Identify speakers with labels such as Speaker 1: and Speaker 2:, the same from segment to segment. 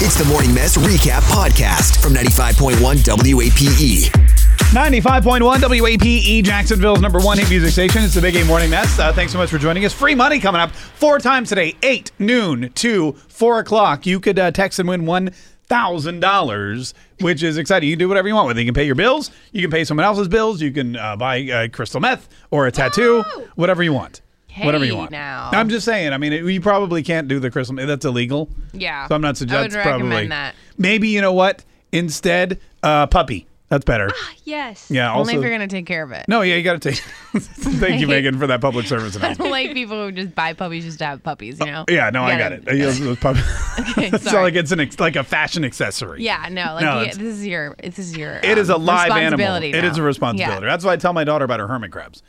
Speaker 1: It's the Morning Mess Recap Podcast from 95.1 WAPE.
Speaker 2: 95.1 WAPE, E, Jacksonville's number one hit music station. It's the Big A Morning Mess. Uh, thanks so much for joining us. Free money coming up four times today 8, noon, 2, 4 o'clock. You could uh, text and win $1,000, which is exciting. You can do whatever you want with it. You can pay your bills, you can pay someone else's bills, you can uh, buy uh, crystal meth or a tattoo, whatever you want. whatever you
Speaker 3: Hey,
Speaker 2: want.
Speaker 3: now.
Speaker 2: I'm just saying. I mean, it, you probably can't do the crystal. That's illegal.
Speaker 3: Yeah.
Speaker 2: So I'm not
Speaker 3: I would
Speaker 2: suggesting.
Speaker 3: recommend that.
Speaker 2: Maybe you know what? Instead, uh, puppy. That's better.
Speaker 3: Yes.
Speaker 2: Yeah,
Speaker 3: Only if
Speaker 2: also-
Speaker 3: you're gonna take care of it.
Speaker 2: No, yeah, you got to take. Thank you, Megan, for that public service announcement.
Speaker 3: like people who just buy puppies just to have puppies, you know?
Speaker 2: Oh, Yeah, no, I got it. It was- it was pub-
Speaker 3: Okay,
Speaker 2: it's not
Speaker 3: sorry.
Speaker 2: like it's an ex- like a fashion accessory.
Speaker 3: yeah, no, like
Speaker 2: No,
Speaker 3: you-
Speaker 2: it's-
Speaker 3: this is your this is your
Speaker 2: It is a
Speaker 3: um,
Speaker 2: live animal.
Speaker 3: responsibility
Speaker 2: It
Speaker 3: now.
Speaker 2: is a responsibility.
Speaker 3: Yeah.
Speaker 2: That's why I tell my daughter about her hermit crabs.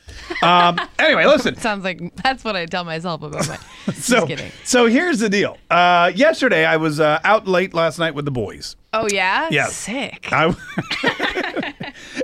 Speaker 2: Um, anyway, listen.
Speaker 3: Sounds like that's what I tell myself about my
Speaker 2: so,
Speaker 3: just kidding.
Speaker 2: so here's the deal. Uh, yesterday, I was uh, out late last night with the boys.
Speaker 3: Oh yeah?
Speaker 2: Yeah.
Speaker 3: Sick.
Speaker 2: I,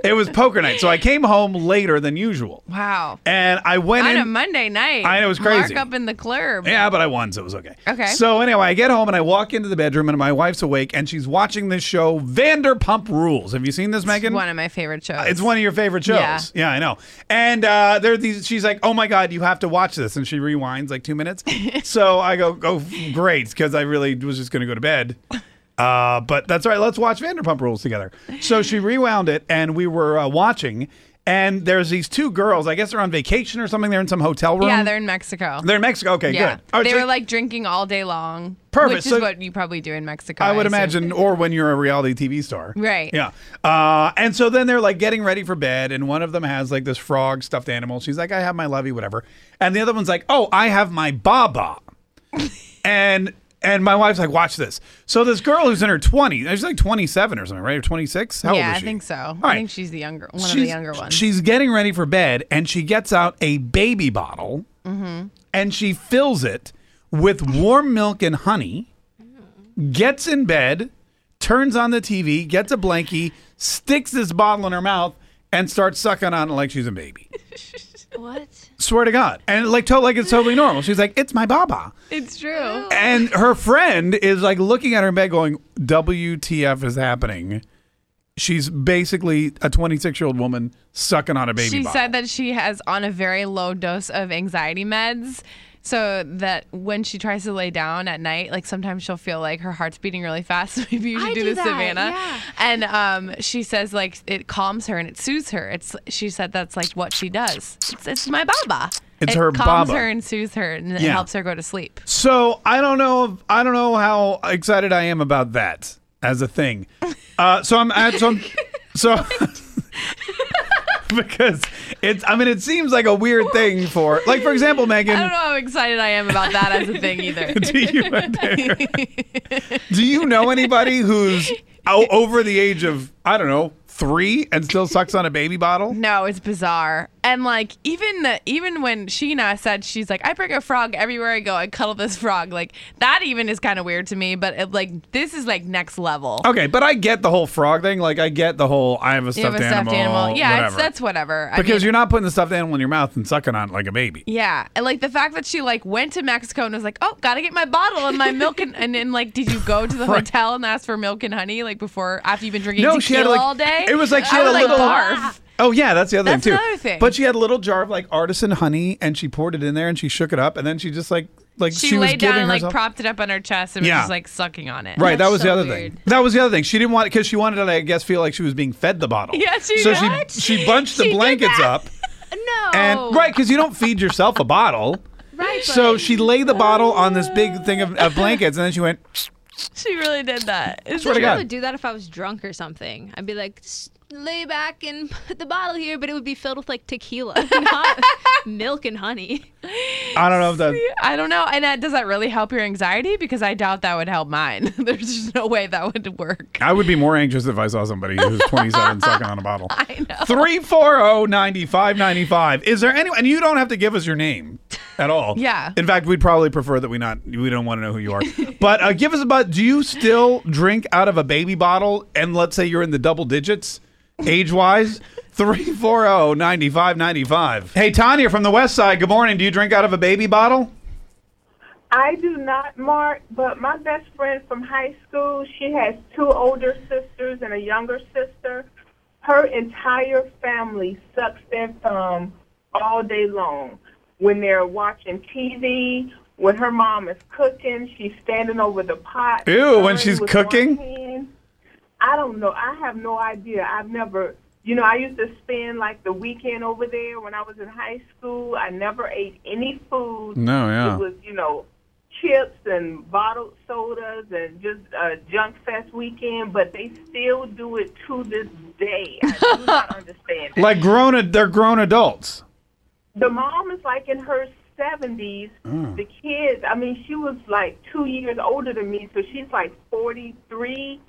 Speaker 2: it was poker night, so I came home later than usual.
Speaker 3: wow.
Speaker 2: And I went
Speaker 3: On
Speaker 2: in.
Speaker 3: a Monday night.
Speaker 2: I know, it was crazy.
Speaker 3: Mark up in the club.
Speaker 2: Yeah, but I won, so it was okay.
Speaker 3: Okay.
Speaker 2: So anyway, I get home and I walk into the bedroom and my wife's awake and she's watching this show, Vanderpump Rules. Have you seen this, Megan?
Speaker 3: One of my favorite shows.
Speaker 2: It's one of your favorite shows.
Speaker 3: Yeah.
Speaker 2: I know. And uh, there are these. She's like, "Oh my god, you have to watch this," and she rewinds like two minutes. so I go, "Oh, great," because I really was just going to go to bed. Uh, but that's all right. Let's watch Vanderpump Rules together. So she rewound it, and we were uh, watching. And there's these two girls. I guess they're on vacation or something. They're in some hotel room.
Speaker 3: Yeah, they're in Mexico.
Speaker 2: They're in Mexico. Okay,
Speaker 3: yeah.
Speaker 2: good. All right,
Speaker 3: they
Speaker 2: so-
Speaker 3: were like drinking all day long.
Speaker 2: Perfect,
Speaker 3: Which
Speaker 2: so-
Speaker 3: is what you probably do in Mexico.
Speaker 2: I would
Speaker 3: assume.
Speaker 2: imagine, or when you're a reality TV star.
Speaker 3: Right.
Speaker 2: Yeah. Uh, and so then they're like getting ready for bed, and one of them has like this frog stuffed animal. She's like, I have my lovey, whatever. And the other one's like, Oh, I have my baba. and and my wife's like, Watch this. So this girl who's in her 20s, she's like 27 or something, right? Or 26? How
Speaker 3: yeah,
Speaker 2: old
Speaker 3: I
Speaker 2: is she?
Speaker 3: think so.
Speaker 2: All
Speaker 3: I
Speaker 2: right.
Speaker 3: think she's the younger one of the
Speaker 2: She's-
Speaker 3: younger ones.
Speaker 2: She's getting ready for bed, and she gets out a baby bottle,
Speaker 3: Mm-hmm.
Speaker 2: and she fills it with warm milk and honey. Gets in bed, turns on the TV, gets a blankie, sticks this bottle in her mouth, and starts sucking on it like she's a baby.
Speaker 4: What?
Speaker 2: Swear to God, and like to- like it's totally normal. She's like, "It's my baba,"
Speaker 3: it's true.
Speaker 2: and her friend is like looking at her in bed, going, "WTF is happening?" She's basically a 26 year old woman sucking on a baby.
Speaker 3: She
Speaker 2: bottle.
Speaker 3: said that she has on a very low dose of anxiety meds. So that when she tries to lay down at night, like sometimes she'll feel like her heart's beating really fast. So maybe you should
Speaker 4: I
Speaker 3: do,
Speaker 4: do
Speaker 3: the
Speaker 4: that,
Speaker 3: Savannah.
Speaker 4: yeah.
Speaker 3: And um, she says like it calms her and it soothes her. It's she said that's like what she does. It's, it's my baba.
Speaker 2: It's
Speaker 3: it
Speaker 2: her
Speaker 3: calms
Speaker 2: baba.
Speaker 3: her and soothes her and it
Speaker 2: Yeah.
Speaker 3: helps her go to sleep.
Speaker 2: So I don't know. I don't know how excited I am about that as a thing. Uh, so I'm at some. So because it's. I mean, it seems like a weird thing for. Like for example,
Speaker 3: I don't
Speaker 2: Megan.
Speaker 3: know how excited I am about that as a thing either.
Speaker 2: Do you do you know anybody who's o- over the age of I don't know three and still sucks on a baby bottle?
Speaker 3: No, it's bizarre. And like even the even when Sheena said she's like, I bring a frog everywhere I go, I cuddle this frog. Like that even is kind of weird to me. But it, like this is like next level.
Speaker 2: Okay, but I get the whole frog thing. Like I get the whole I have a
Speaker 3: you have
Speaker 2: stuffed,
Speaker 3: a stuffed animal. Yeah, it's,
Speaker 2: whatever.
Speaker 3: that's whatever. I
Speaker 2: because
Speaker 3: mean,
Speaker 2: you're not putting the stuffed animal in your mouth and sucking on it like a baby.
Speaker 3: yeah, and like the fact that she like went to Mexico and was like, "Oh, gotta get my bottle and my milk," and and then like, did you go to the
Speaker 2: Right.
Speaker 3: hotel and ask for milk and honey like before after you've been drinking tequila all day?
Speaker 2: It was like she
Speaker 3: I
Speaker 2: had a
Speaker 3: would, like, "Ah."
Speaker 2: little
Speaker 3: barf.
Speaker 2: Oh yeah, that's the other
Speaker 3: That's
Speaker 2: thing too.
Speaker 3: another thing.
Speaker 2: But she had a little jar of like artisan honey, and she poured it in there, and she shook it up, and then she just like like she,
Speaker 3: She,
Speaker 2: was
Speaker 3: laid
Speaker 2: giving
Speaker 3: down and like
Speaker 2: herself.
Speaker 3: propped it up on her chest and was
Speaker 2: Yeah.
Speaker 3: just like sucking on it.
Speaker 2: Right, that
Speaker 4: That's
Speaker 2: was the
Speaker 4: so
Speaker 2: other
Speaker 4: weird.
Speaker 2: thing. That was the other thing. She didn't want because she wanted to, I guess, feel like she was being fed the bottle.
Speaker 3: Yeah, she
Speaker 2: so
Speaker 3: did.
Speaker 2: she she bunched the
Speaker 3: She did
Speaker 2: blankets
Speaker 3: that. Oh.
Speaker 2: up,
Speaker 4: No.
Speaker 2: and right, 'cause right because you don't feed yourself a bottle.
Speaker 4: Right.
Speaker 2: So
Speaker 4: but-
Speaker 2: she laid the bottle on this big thing of, of blankets, and then she went
Speaker 3: She really did that. It's
Speaker 2: Swear to
Speaker 4: I
Speaker 2: God.
Speaker 4: would do that if I was drunk or something. I'd be like, "Just lay back and put the bottle here, but it would be filled with like tequila, not milk and honey.
Speaker 2: I don't know if that.
Speaker 3: I don't know. And that, does that really help your anxiety? Because I doubt that would help mine. There's just no way that would work.
Speaker 2: I would be more anxious if I saw somebody who's 27 sucking on a bottle. oh,
Speaker 3: I know.
Speaker 2: 340-9595. Is there any and you don't have to give us your name at all.
Speaker 3: Yeah.
Speaker 2: In fact, we'd probably prefer that we not we don't want to know who you are. but uh, give us a but do you still drink out of a baby bottle and let's say you're in the double digits age-wise? oh, 340-9595. Hey Tanya from the West Side, good morning. Do you drink out of a baby bottle?
Speaker 5: I do not, Mark, but my best friend from high school, she has two older sisters and a younger sister. Her entire family sucks their thumb all day long. When they're watching TV, when her mom is cooking, she's standing over the pot.
Speaker 2: Ew, when
Speaker 5: stirring
Speaker 2: she's
Speaker 5: with one
Speaker 2: cooking?
Speaker 5: hand. I don't know. I have no idea. I've never, you know, I used to spend like the weekend over there when I was in high school. I never ate any food.
Speaker 2: No, yeah.
Speaker 5: It was, you know, chips and bottled sodas and just a junk fest weekend, but they still do it to this day. I do not understand. it.
Speaker 2: Like grown they're grown adults.
Speaker 5: The mom is like in her 70s. The kids, I mean, she was like two years older than me, so she's like 43.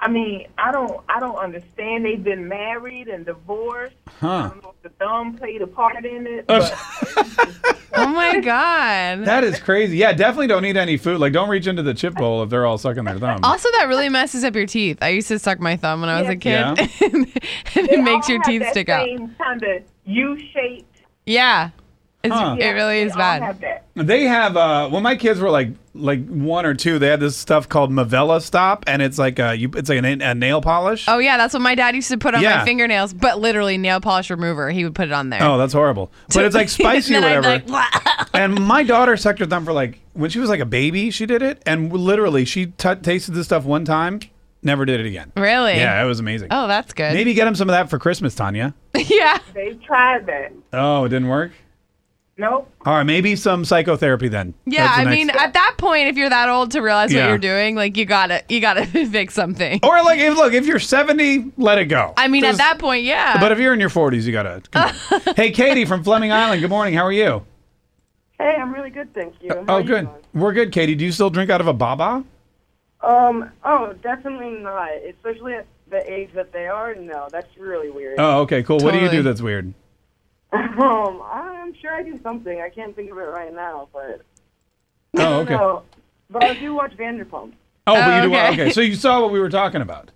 Speaker 5: I mean, I don't, I don't understand. They've been married and divorced. I don't know if the thumb played a part in it. But
Speaker 3: Oh my God.
Speaker 2: That is crazy. Yeah, definitely don't eat any food. Like, don't reach into the chip bowl if they're all sucking their thumb.
Speaker 3: also, that really messes up your teeth. I used to suck my thumb when I was a kid,
Speaker 2: Yeah.
Speaker 3: and it makes your teeth stick
Speaker 5: out.
Speaker 3: out.
Speaker 5: Same kind of U-shaped.
Speaker 3: Yeah. It's,
Speaker 2: Huh.
Speaker 3: It really
Speaker 5: they
Speaker 3: is
Speaker 5: all
Speaker 3: bad.
Speaker 5: have that.
Speaker 2: They have uh, when my kids were like like one or two, they had this stuff called Mavella Stop, and it's like a you, it's like a, a nail polish.
Speaker 3: Oh, yeah. That's what my dad used to put on
Speaker 2: Yeah.
Speaker 3: my fingernails, but literally nail polish remover. He would put it on there.
Speaker 2: Oh, that's horrible. But it's like spicy or
Speaker 3: And then I'd
Speaker 2: whatever.
Speaker 3: be like,
Speaker 2: and my daughter sucked her thumb for like when she was like a baby, she did it, and literally she t- tasted this stuff one time, never did it again.
Speaker 3: Really?
Speaker 2: Yeah, it was amazing.
Speaker 3: Oh, that's good.
Speaker 2: Maybe get him some of that for Christmas, Tanya.
Speaker 3: yeah.
Speaker 5: They tried that.
Speaker 2: Oh, it didn't work.
Speaker 5: Nope.
Speaker 2: All right, maybe some psychotherapy then.
Speaker 3: Yeah,
Speaker 2: That's the
Speaker 3: I
Speaker 2: next-
Speaker 3: mean, at that point, if you're that old to realize
Speaker 2: Yeah. Oh,
Speaker 3: what you're doing, like you gotta, you gotta fix something.
Speaker 2: Or like, if, look, if you're 70, let it go.
Speaker 3: I mean,
Speaker 2: Just-
Speaker 3: at that point, yeah.
Speaker 2: But if you're in your 40s, you gotta. Come on. hey, Katie from Fleming Island. Good morning. How are you?
Speaker 6: Hey, I'm really good, thank you. How are
Speaker 2: oh,
Speaker 6: you
Speaker 2: good.
Speaker 6: doing?
Speaker 2: We're good, Katie. Do you still drink out of a Baba?
Speaker 6: Um, oh, definitely not. Especially at the age that they are. No, that's really weird.
Speaker 2: Oh, okay, cool. What do you do
Speaker 3: Totally.
Speaker 2: that's weird?
Speaker 6: Um, I'm sure I do something. I can't think of it right now, but
Speaker 2: Oh, okay. Oh,
Speaker 6: no. But I do watch Vanderpump.
Speaker 2: but you do.
Speaker 3: Oh, okay.
Speaker 2: Okay, so you saw what we were talking about.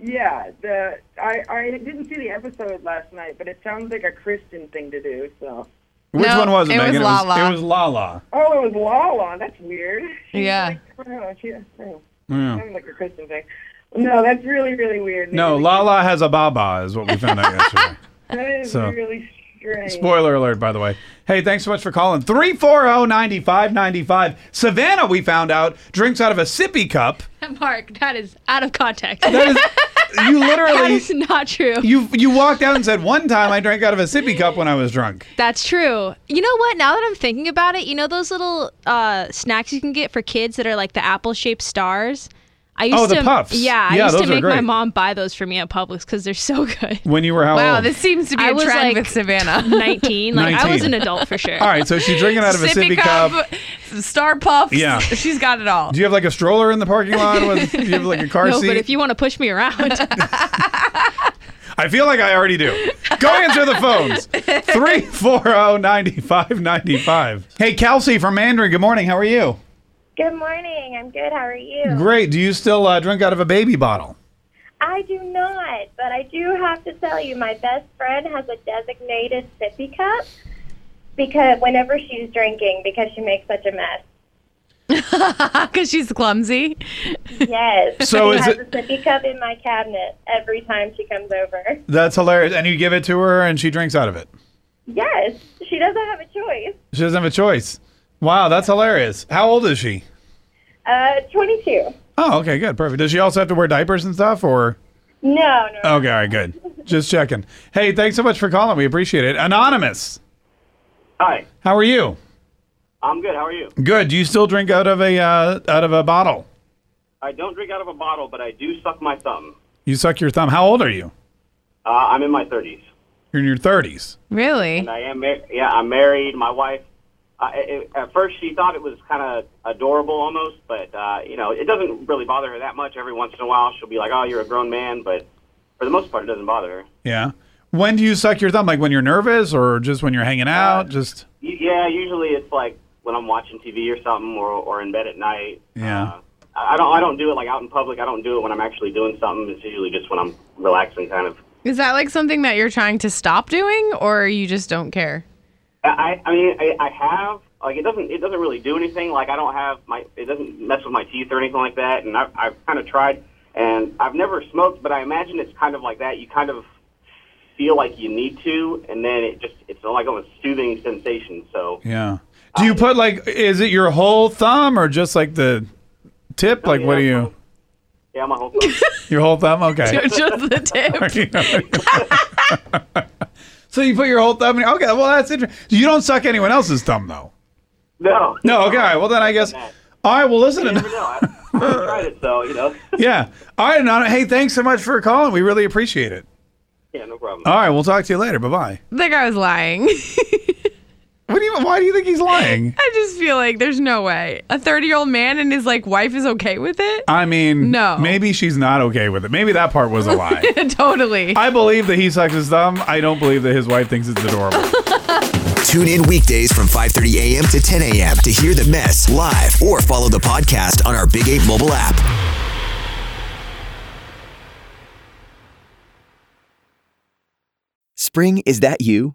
Speaker 6: Yeah, the I I didn't see the episode last night, but it sounds like a Christian thing to do. So.
Speaker 2: Which
Speaker 3: No,
Speaker 2: one was it,
Speaker 3: it was
Speaker 2: Megan?
Speaker 3: Lala.
Speaker 2: It was Lala.
Speaker 6: Oh, it was Lala. That's weird. She's
Speaker 3: Yeah.
Speaker 6: Like, oh, she, oh,
Speaker 2: Yeah.
Speaker 6: sounds like a Christian thing. No, that's really really weird.
Speaker 2: No, Lala has a Baba, is what we found out yesterday.
Speaker 6: That is
Speaker 2: so-
Speaker 6: really strange.
Speaker 2: Spoiler alert, by the way. Hey, thanks so much for calling. oh, 340 9595. Savannah, we found out, drinks out of a sippy cup.
Speaker 4: Mark, that is out of context.
Speaker 2: That is, you
Speaker 4: that
Speaker 2: literally.
Speaker 4: is not true.
Speaker 2: You you walked out and said one time I drank out of a sippy cup when I was drunk.
Speaker 4: That's true. You know what? Now that I'm thinking about it, you know those little uh, snacks you can get for kids that are like the apple shaped stars? I used
Speaker 2: Oh, the
Speaker 4: to,
Speaker 2: puffs.
Speaker 4: Yeah, I
Speaker 2: Yeah,
Speaker 4: used
Speaker 2: those
Speaker 4: to
Speaker 2: are
Speaker 4: make my
Speaker 2: great.
Speaker 4: mom buy those for me at Publix because they're so good.
Speaker 2: When you were how
Speaker 3: wow,
Speaker 2: old?
Speaker 3: Oh, this seems to be
Speaker 4: I
Speaker 3: a
Speaker 4: was,
Speaker 3: trend
Speaker 4: like,
Speaker 3: with Savannah.
Speaker 4: 19. Like, I was
Speaker 2: 19.
Speaker 4: an adult for sure.
Speaker 2: All right, so she's drinking out of a sippy cup.
Speaker 3: star puffs.
Speaker 2: Yeah.
Speaker 3: she's got it all.
Speaker 2: Do you have like a stroller in the parking lot? With, do you have like a car
Speaker 4: No,
Speaker 2: seat?
Speaker 4: but if you want to push me around,
Speaker 2: I feel like I already do. Go answer the phones. 340-9595. Hey, Kelsey from Mandarin. Good morning. How are you?
Speaker 7: Good morning. I'm good. How are you?
Speaker 2: Great. Do you still uh, drink out of a baby bottle?
Speaker 7: I do not, but I do have to tell you, my best friend has a designated sippy cup because whenever she's drinking, because she makes such a mess.
Speaker 3: Because she's clumsy.
Speaker 7: Yes.
Speaker 2: So
Speaker 7: she
Speaker 2: is
Speaker 7: has
Speaker 2: it-
Speaker 7: a sippy cup in my cabinet every time she comes over.
Speaker 2: That's hilarious. And you give it to her and she drinks out of it.
Speaker 7: Yes, she doesn't have a choice.
Speaker 2: She doesn't have a choice. Wow, that's hilarious. How old is she?
Speaker 7: Uh, 22.
Speaker 2: Oh, okay, good. Perfect. Does she also have to wear diapers and stuff or
Speaker 7: No, no.
Speaker 2: Okay, all right, good. Just checking. Hey, thanks so much for calling. We appreciate it. Anonymous,
Speaker 8: Hi,
Speaker 2: how are you?
Speaker 8: I'm good. How are you?
Speaker 2: Good. Do you still drink out of a uh, out of a bottle?
Speaker 8: I don't drink out of a bottle, but I do suck my thumb.
Speaker 2: You suck your thumb. How old are you?
Speaker 8: Uh, I'm in my 30s.
Speaker 2: You're in your 30s.
Speaker 9: Really?
Speaker 8: And I am, mar- yeah, I'm married. My wife, uh, it, it- at first she thought it was kind of adorable almost, but uh, you know, it doesn't really bother her that much. Every once in a while, she'll be like, "Oh, you're a grown man," but for the most part, it doesn't bother her.
Speaker 2: Yeah. When do you suck your thumb? Like when you're nervous or just when you're hanging out? Just
Speaker 8: Y- Yeah, usually it's like when I'm watching TV or something, or, or in bed at night.
Speaker 2: Yeah.
Speaker 8: Uh, I I don't. I don't do it like out in public. I don't do it when I'm actually doing something. It's usually just when I'm relaxing, kind of.
Speaker 9: Is that like something that you're trying to stop doing or you just don't care?
Speaker 8: I, I I mean, I, I have like it doesn't it doesn't really do anything. Like I don't have my it doesn't mess with my teeth or anything like that. And I've, I've kind of tried, and I've never smoked, but I imagine it's kind of like that. You kind of feel like you need to, and then it just it's like a soothing sensation. So
Speaker 2: yeah. Do you put like is it your whole thumb or just like the tip? Like what do you
Speaker 8: yeah, my whole phone.
Speaker 2: your whole thumb? Okay.
Speaker 9: just the tip.
Speaker 2: so you put your whole thumb in. Okay, well that's interesting. You don't suck anyone else's thumb though.
Speaker 8: no,
Speaker 2: No, okay. All right, well then I guess all right, well listen
Speaker 8: You never know. I, I've tried it, so you know.
Speaker 2: Yeah. All right, Nana. Hey, thanks so much for calling. We really appreciate it.
Speaker 8: Yeah, no problem.
Speaker 2: All right, we'll talk to you later. Bye bye.
Speaker 9: the guy was lying.
Speaker 2: What do you why do you think he's lying?
Speaker 9: I just feel like there's no way. A 30 year old man and his like wife is okay with it?
Speaker 2: I mean,
Speaker 9: No.
Speaker 2: Maybe she's not okay with it. Maybe that part was a lie.
Speaker 9: totally.
Speaker 2: I believe that he sucks his thumb. I don't believe that his wife thinks it's adorable.
Speaker 1: Tune in weekdays from 5:30 a.m. to 10 a.m. to hear the mess live or follow the podcast on our Big 8 mobile app.
Speaker 3: Spring, is that you?